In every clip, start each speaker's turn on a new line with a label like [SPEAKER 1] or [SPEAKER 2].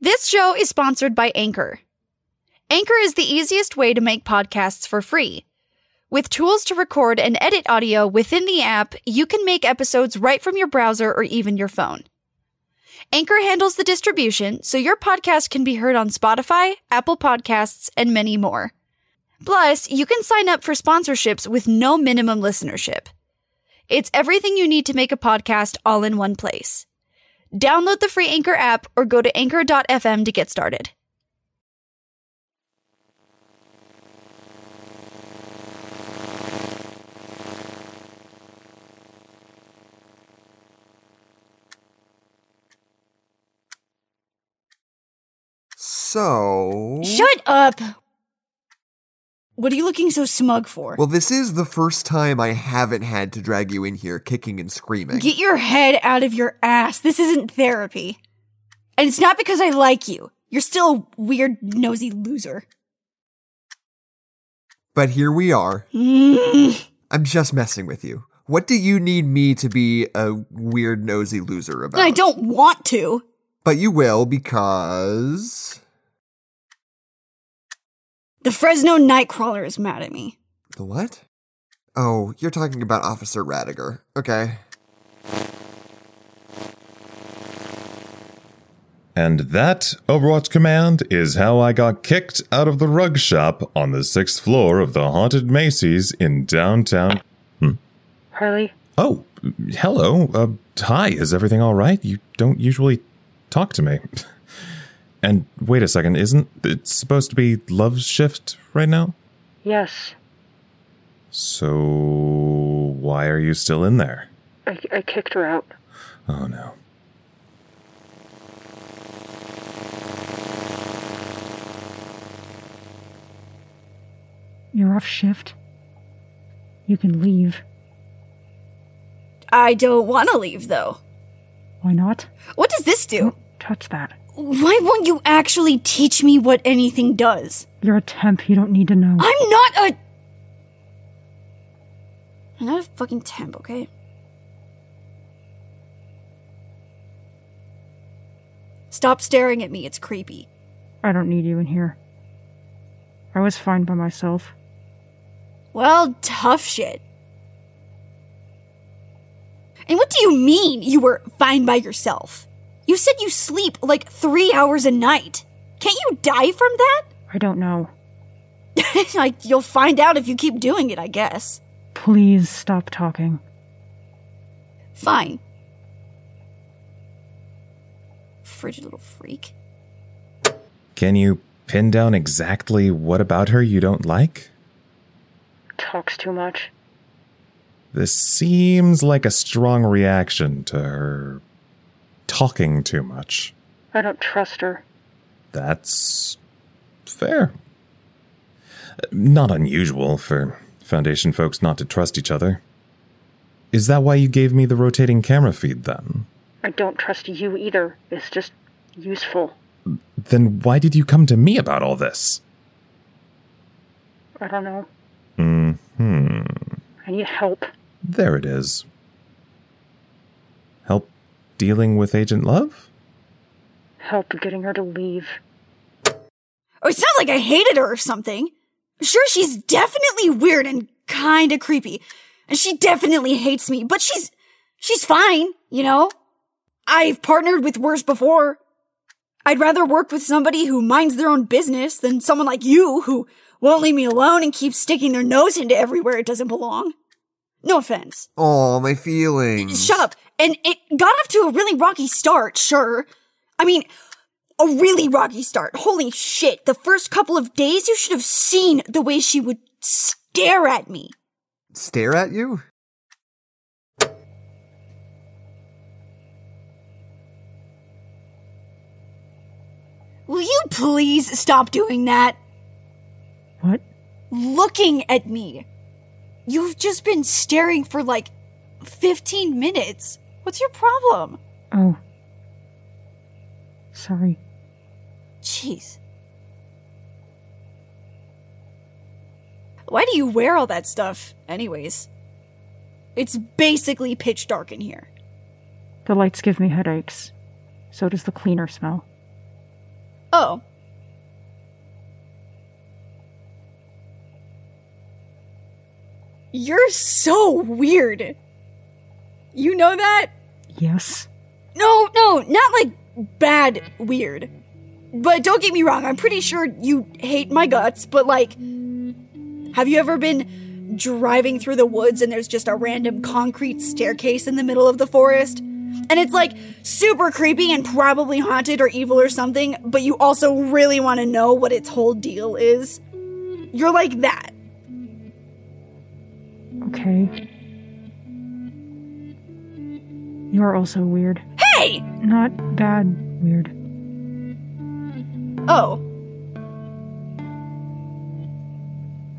[SPEAKER 1] This show is sponsored by Anchor. Anchor is the easiest way to make podcasts for free. With tools to record and edit audio within the app, you can make episodes right from your browser or even your phone. Anchor handles the distribution, so your podcast can be heard on Spotify, Apple Podcasts, and many more. Plus, you can sign up for sponsorships with no minimum listenership. It's everything you need to make a podcast all in one place. Download the free Anchor app or go to anchor.fm to get started.
[SPEAKER 2] So.
[SPEAKER 3] Shut up! What are you looking so smug for?
[SPEAKER 2] Well, this is the first time I haven't had to drag you in here kicking and screaming.
[SPEAKER 3] Get your head out of your ass. This isn't therapy. And it's not because I like you. You're still a weird, nosy loser.
[SPEAKER 2] but here we are.
[SPEAKER 3] Mm.
[SPEAKER 2] I'm just messing with you. What do you need me to be a weird nosy loser about?
[SPEAKER 3] I don't want to.
[SPEAKER 2] But you will because
[SPEAKER 3] The Fresno Nightcrawler is mad at me.
[SPEAKER 2] the what? Oh, you're talking about Officer Radiger. Okay.
[SPEAKER 4] And that, Overwatch Command, is how I got kicked out of the rug shop on the sixth floor of the haunted Macy's in downtown.
[SPEAKER 5] Harley,
[SPEAKER 4] Oh, hello. Uh, hi, is everything all right? You don't usually talk to me. And wait a second, isn't it supposed to be love shift right now?
[SPEAKER 5] yes.
[SPEAKER 4] So why are you still in there?
[SPEAKER 5] I, I kicked her out.
[SPEAKER 4] Oh no.
[SPEAKER 5] You're off shift. You can leave.
[SPEAKER 3] I don't want to leave, though.
[SPEAKER 5] Why not?
[SPEAKER 3] What does this do?
[SPEAKER 5] Touch that.
[SPEAKER 3] Why won't you actually teach me what anything does?
[SPEAKER 5] You're a temp. You don't need to know.
[SPEAKER 3] I'm not a. I'm not a fucking temp, okay? Stop staring at me, it's creepy.
[SPEAKER 5] I don't need you in here. I was fine by myself.
[SPEAKER 3] Well, tough shit. And what do you mean you were fine by yourself? You said you sleep like three hours a night. Can't you die from that?
[SPEAKER 5] I don't know.
[SPEAKER 3] like, you'll find out if you keep doing it, I guess.
[SPEAKER 5] Please stop talking.
[SPEAKER 3] Fine. Frigid little freak.
[SPEAKER 4] Can you pin down exactly what about her you don't like?
[SPEAKER 5] Talks too much.
[SPEAKER 4] This seems like a strong reaction to her talking too much.
[SPEAKER 5] I don't trust her.
[SPEAKER 4] That's fair. Not unusual for Foundation folks not to trust each other. Is that why you gave me the rotating camera feed then?
[SPEAKER 5] I don't trust you either. It's just useful.
[SPEAKER 4] Then why did you come to me about all this?
[SPEAKER 5] I don't know.
[SPEAKER 4] Hmm.
[SPEAKER 5] I need help.
[SPEAKER 4] There it is. Help dealing with Agent Love?
[SPEAKER 5] Help getting her to leave.
[SPEAKER 3] Oh, it's not like I hated her or something. Sure, she's definitely weird and kinda creepy. And she definitely hates me, but she's, she's fine, you know? I've partnered with worse before. I'd rather work with somebody who minds their own business than someone like you who won't leave me alone and keeps sticking their nose into everywhere it doesn't belong. No offense.
[SPEAKER 2] Oh, my feelings.
[SPEAKER 3] Mm. Shut up. And it got off to a really rocky start, sure. I mean, a really rocky start. Holy shit. The first couple of days, you should have seen the way she would stare at me.
[SPEAKER 2] Stare at you?
[SPEAKER 3] Will you please stop doing that?
[SPEAKER 5] What?
[SPEAKER 3] Looking at me. You've just been staring for like 15 minutes. What's your problem?
[SPEAKER 5] Oh. Sorry.
[SPEAKER 3] Jeez. Why do you wear all that stuff, anyways? It's basically pitch dark in here.
[SPEAKER 5] The lights give me headaches. So does the cleaner smell.
[SPEAKER 3] Oh. You're so weird. You know that?
[SPEAKER 5] Yes.
[SPEAKER 3] No, no, not like bad weird. But don't get me wrong, I'm pretty sure you hate my guts, but like, have you ever been driving through the woods and there's just a random concrete staircase in the middle of the forest? And it's like super creepy and probably haunted or evil or something, but you also really want to know what its whole deal is? You're like that.
[SPEAKER 5] Okay. You're also weird.
[SPEAKER 3] Hey!
[SPEAKER 5] Not bad weird.
[SPEAKER 3] Oh.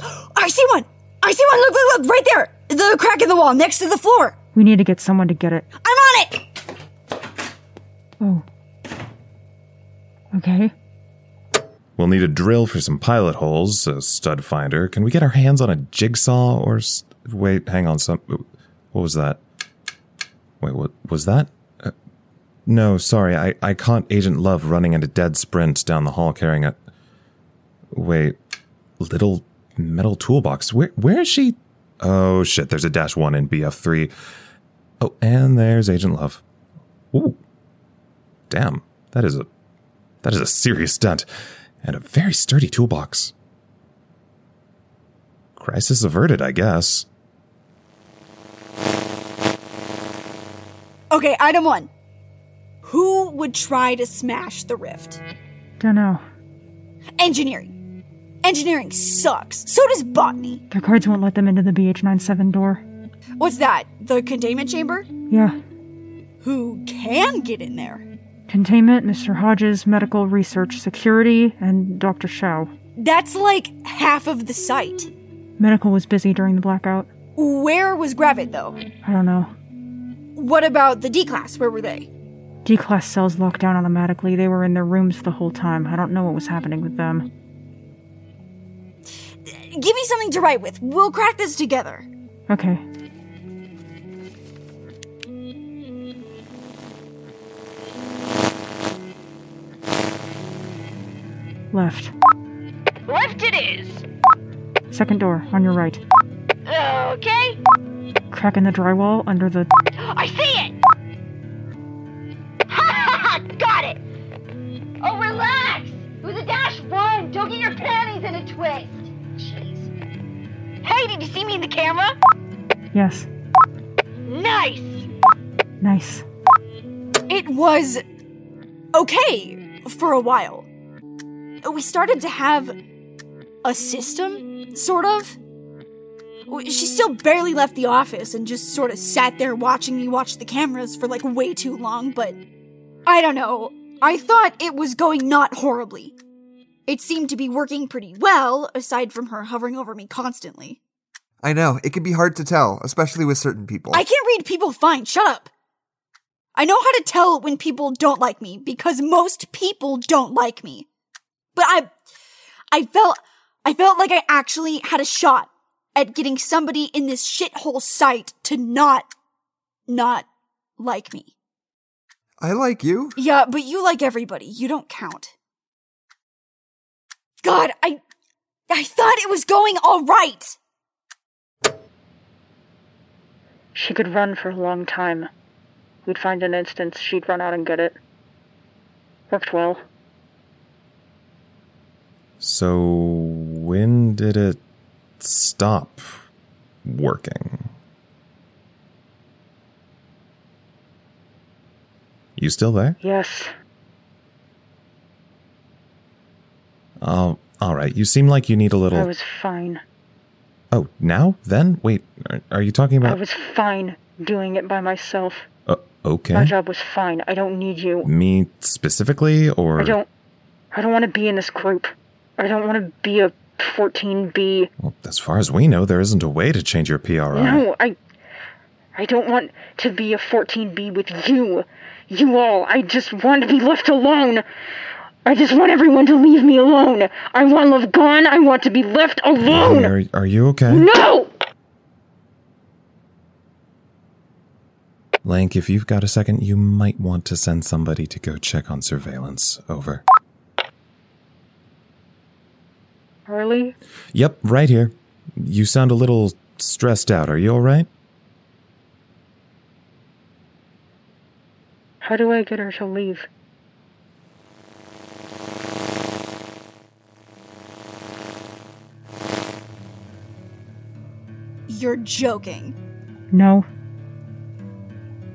[SPEAKER 3] I see one! I see one! Look, look, look! Right there! The crack in the wall next to the floor!
[SPEAKER 5] We need to get someone to get it.
[SPEAKER 3] I'm on it!
[SPEAKER 5] Oh. Okay.
[SPEAKER 4] We'll need a drill for some pilot holes, a stud finder. Can we get our hands on a jigsaw or. s wait, hang on. Some. What was that? Wait, what was that? Uh, no, sorry. I, I caught Agent Love running at a dead sprint down the hall carrying a. Wait. Little metal toolbox. Where Where is she? Oh, shit. There's a dash one in BF3. Oh, and there's Agent Love. Ooh. Damn. That is a. That is a serious stunt and a very sturdy toolbox. Crisis averted, I guess.
[SPEAKER 3] Okay, item one. Who would try to smash the rift?
[SPEAKER 5] Dunno.
[SPEAKER 3] Engineering. Engineering sucks. So does botany.
[SPEAKER 5] Their cards won't let them into the BH97 door.
[SPEAKER 3] What's that? The containment chamber?
[SPEAKER 5] Yeah.
[SPEAKER 3] Who can get in there?
[SPEAKER 5] Containment, Mr. Hodges, Medical Research Security, and Dr. Shao.
[SPEAKER 3] That's like half of the site.
[SPEAKER 5] Medical was busy during the blackout.
[SPEAKER 3] Where was Gravit though?
[SPEAKER 5] I don't know.
[SPEAKER 3] What about the D class? Where were they?
[SPEAKER 5] D class cells locked down automatically. They were in their rooms the whole time. I don't know what was happening with them.
[SPEAKER 3] Give me something to write with. We'll crack this together.
[SPEAKER 5] Okay. Left.
[SPEAKER 6] Left it is.
[SPEAKER 5] Second door, on your right.
[SPEAKER 6] Okay.
[SPEAKER 5] Crack in the drywall under the.
[SPEAKER 6] I see it. Ha ha ha! Got it. Oh, relax. It was a dash one. Don't get your panties in a twist. Jeez. Hey, did you see me in the camera?
[SPEAKER 5] Yes.
[SPEAKER 6] Nice.
[SPEAKER 5] Nice.
[SPEAKER 3] It was okay for a while. We started to have a system, sort of. W- She still barely left the office and just sort of sat there watching me watch the cameras for like way too long, but I don't know. I thought it was going not horribly. It seemed to be working pretty well, aside from her hovering over me constantly.
[SPEAKER 2] I know, it can be hard to tell, especially with certain people.
[SPEAKER 3] I can read people fine. Shut up. I know how to tell when people don't like me because most people don't like me. But I, I felt, I felt like I actually had a shot at getting somebody in this shithole site to not, not like me.
[SPEAKER 2] I like you.
[SPEAKER 3] Yeah, but you like everybody. You don't count. God, I, I thought it was going all right.
[SPEAKER 5] She could run for a long time. We'd find an instance, she'd run out and get it. Worked well.
[SPEAKER 4] So, when did it stop working? You still there?
[SPEAKER 5] Yes.
[SPEAKER 4] Oh, all right. You seem like you need a
[SPEAKER 5] I
[SPEAKER 4] little.
[SPEAKER 5] was fine.
[SPEAKER 4] oh, now? Then? Wait, are, are you talking
[SPEAKER 5] I
[SPEAKER 4] about?
[SPEAKER 5] was fine doing it by myself.
[SPEAKER 4] Uh, okay.
[SPEAKER 5] My job was fine. I don't need you.
[SPEAKER 4] Me specifically, or
[SPEAKER 5] I don't. I don't want to be in this group. I don't want to be a 14B.
[SPEAKER 4] Well, as far as we know, there isn't a way to change your PRI.
[SPEAKER 5] No, I. I don't want to be a 14B with you. You all. I just want to be left alone. I just want everyone to leave me alone. I want love gone. I want to be left
[SPEAKER 4] Hey,
[SPEAKER 5] alone.
[SPEAKER 4] Are, are you okay?
[SPEAKER 5] No!
[SPEAKER 4] Lank, if you've got a second, you might want to send somebody to go check on surveillance. Over.
[SPEAKER 5] Harley?
[SPEAKER 4] Yep, right here. You sound a little stressed out. Are you all right?
[SPEAKER 5] How do I get her to leave?
[SPEAKER 3] You're joking.
[SPEAKER 7] No.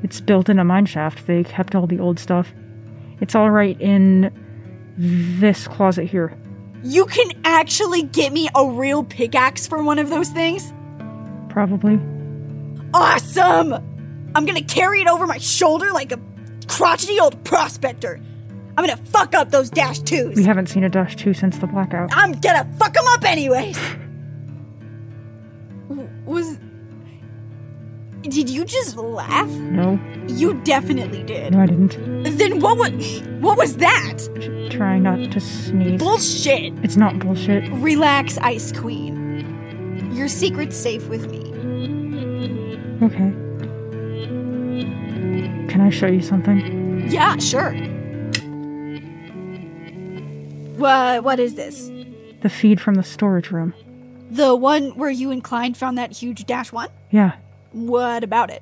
[SPEAKER 7] It's built in a mine shaft. They kept all the old stuff. It's all right in this closet here.
[SPEAKER 3] You can actually get me a real pickaxe for one of those things?
[SPEAKER 7] Probably.
[SPEAKER 3] Awesome! I'm gonna carry it over my shoulder like a crotchety old prospector. I'm gonna fuck up those dash twos.
[SPEAKER 7] We haven't seen a dash 2 since the blackout.
[SPEAKER 3] I'm gonna fuck them up anyways. W- Was. Did you just laugh?
[SPEAKER 7] No,
[SPEAKER 3] You definitely did.
[SPEAKER 7] no, I didn't.
[SPEAKER 3] Then what was. What was that?
[SPEAKER 7] T- Try not to sneeze.
[SPEAKER 3] Bullshit!
[SPEAKER 7] It's not bullshit.
[SPEAKER 3] Relax, Ice Queen. Your secret's safe with me.
[SPEAKER 7] Okay. Can I show you something?
[SPEAKER 3] Yeah, sure. What, what is this?
[SPEAKER 7] The feed from the storage room.
[SPEAKER 3] The one where you and Klein found that huge dash one?
[SPEAKER 7] Yeah,
[SPEAKER 3] What about it?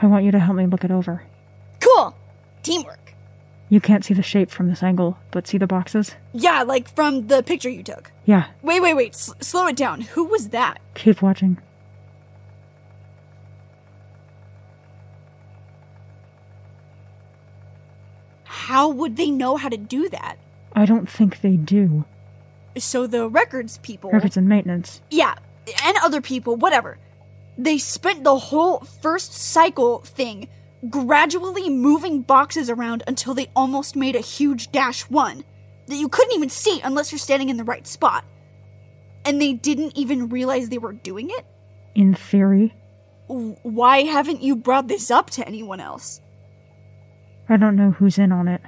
[SPEAKER 7] I want you to help me look it over.
[SPEAKER 3] Cool! Teamwork.
[SPEAKER 7] You can't see the shape from this angle, but see the boxes?
[SPEAKER 3] Yeah, like from the picture you took.
[SPEAKER 7] Yeah,
[SPEAKER 3] Wait, wait, wait. S- slow it down. Who was that?
[SPEAKER 7] keep watching.
[SPEAKER 3] How would they know how to do that?
[SPEAKER 7] I don't think they do.
[SPEAKER 3] So the records people.
[SPEAKER 7] Records and maintenance.
[SPEAKER 3] Yeah, and other people, whatever. They spent the whole first cycle thing gradually moving boxes around until they almost made a huge dash one that you couldn't even see unless you're standing in the right spot. And they didn't even realize they were doing it?
[SPEAKER 7] In theory,
[SPEAKER 3] W- Why haven't you brought this up to anyone else?
[SPEAKER 7] I don't know who's in on it.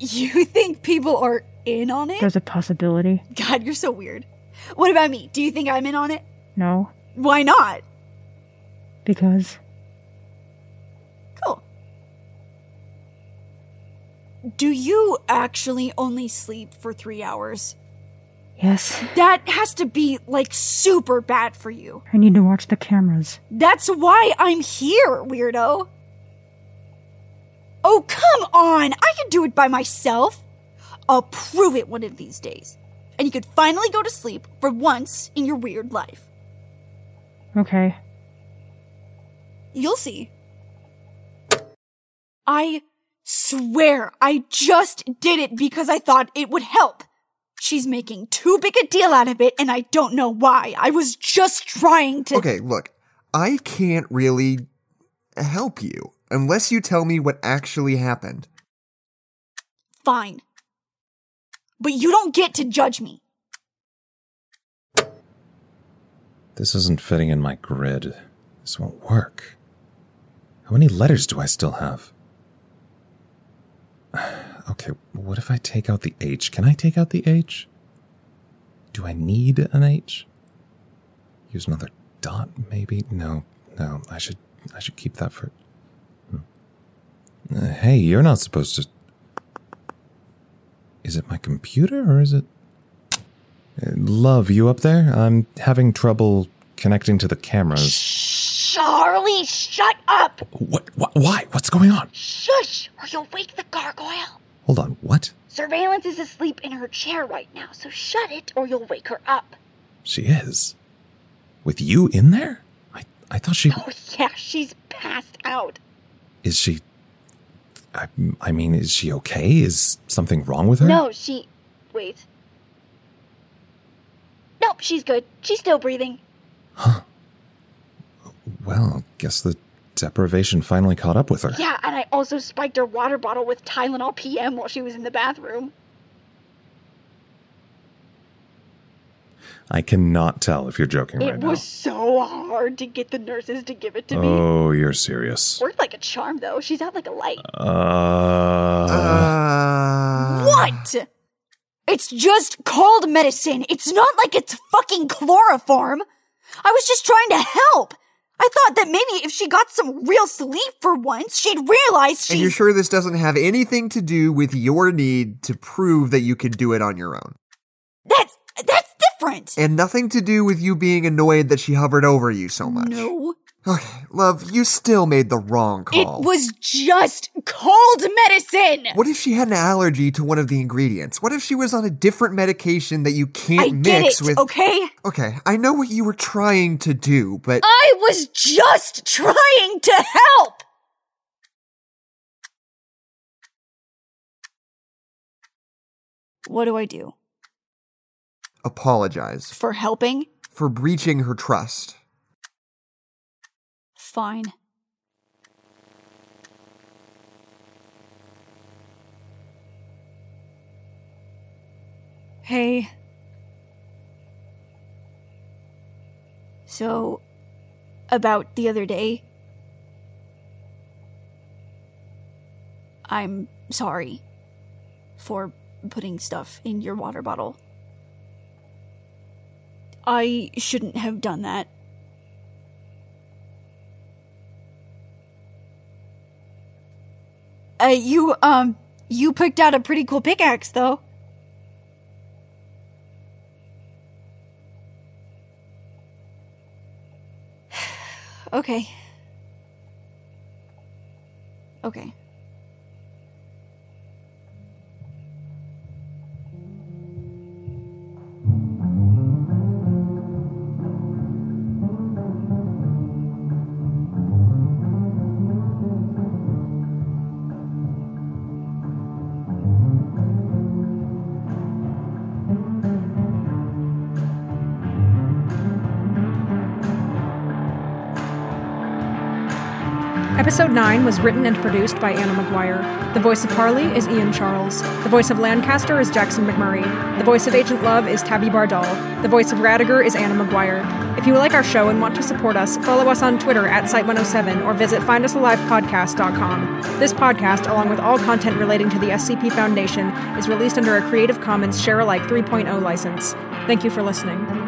[SPEAKER 3] You think people are in on it?
[SPEAKER 7] There's a possibility.
[SPEAKER 3] God, you're so weird. What about me? Do you think I'm in on it?
[SPEAKER 7] No,
[SPEAKER 3] Why not?
[SPEAKER 7] because
[SPEAKER 3] Cool. Do you actually only sleep for three hours?
[SPEAKER 7] yes,
[SPEAKER 3] That has to be like super bad for you.
[SPEAKER 7] I need to watch the cameras.
[SPEAKER 3] That's why I'm here, weirdo. Oh, come on! I could do it by myself. I'll prove it one of these days. And you could finally go to sleep for once in your weird life.
[SPEAKER 7] Okay.
[SPEAKER 3] You'll see. I swear I just did it because I thought it would help. She's making too big a deal out of it, and I don't know why. I was just trying to.
[SPEAKER 2] Okay, look, I can't really help you unless you tell me what actually happened.
[SPEAKER 3] Fine. But you don't get to judge me.
[SPEAKER 4] This isn't fitting in my grid. This won't work. How many letters do I still have? Okay, what if I take out the H? Can I take out the H? Do I need an H? Use another dot, maybe? No, no. I should, I should keep that for. Hmm. Uh, hey, you're not supposed to. Is it my computer or is it? Love, you up there? I'm having trouble connecting to the cameras.
[SPEAKER 6] Charlie, shut up!
[SPEAKER 4] What? Wh- why? What's going on?
[SPEAKER 6] Shush, or you'll wake the gargoyle.
[SPEAKER 4] Hold on. What?
[SPEAKER 6] Surveillance is asleep in her chair right now, so shut it or you'll wake her up.
[SPEAKER 4] She is with you in there. I I thought she
[SPEAKER 6] Oh, yeah, she's passed out.
[SPEAKER 4] is she. I I mean, is she okay? Is something wrong with her?
[SPEAKER 6] No, she. Wait. Nope, she's good. She's still breathing.
[SPEAKER 4] Well, guess the deprivation finally caught up with her.
[SPEAKER 6] Yeah, and I also spiked her water bottle with Tylenol PM while she was in the bathroom.
[SPEAKER 4] I cannot tell if you're joking
[SPEAKER 6] it
[SPEAKER 4] right
[SPEAKER 6] was so hard to get the nurses to give it to
[SPEAKER 4] now.
[SPEAKER 6] me.
[SPEAKER 4] Oh, you're serious.
[SPEAKER 6] Worked like a charm, though. She's out like a light.
[SPEAKER 4] Uh,
[SPEAKER 2] Uh,
[SPEAKER 3] what? It's just cold medicine. It's not like it's fucking chloroform. I was just trying to help. I thought that maybe if she got some real sleep for once, she'd realize
[SPEAKER 2] And you're
[SPEAKER 3] she's
[SPEAKER 2] sure this doesn't have anything to do with your need to prove that you can do it on your own?
[SPEAKER 3] different.
[SPEAKER 2] And nothing to do with you being annoyed that she hovered over you so much.
[SPEAKER 3] No.
[SPEAKER 2] Okay, love, you still made the wrong
[SPEAKER 3] It
[SPEAKER 2] call.
[SPEAKER 3] was just cold medicine.
[SPEAKER 2] What if she had an allergy to one of the ingredients? What if she was on a different medication that you can't
[SPEAKER 3] I get it,
[SPEAKER 2] mix with?
[SPEAKER 3] okay?
[SPEAKER 2] Okay, I know what you were trying to do, but
[SPEAKER 3] I was just trying to help. What do I do?
[SPEAKER 2] apologize
[SPEAKER 3] For helping?
[SPEAKER 2] for breaching her trust.
[SPEAKER 3] Fine. Hey. So, about the other day. I'm sorry for putting stuff in your water bottle. I shouldn't have done that. Uh, you um, you picked out a pretty cool pickaxe, though. okay. Okay.
[SPEAKER 8] Episode 9 was written and produced by Anna McGuire. The voice of Harley is Ian Charles. The voice of Lancaster is Jackson McMurray. The voice of Agent Love is Tabby Bardal. The voice of Radiger is Anna McGuire. If you like our show and want to support us, follow us on Twitter at Site107 or visit findusalivepodcast.com. This podcast, along with all content relating to the SCP Foundation, is released under a Creative Commons Share Alike 3.0 license. oh Thank you for listening.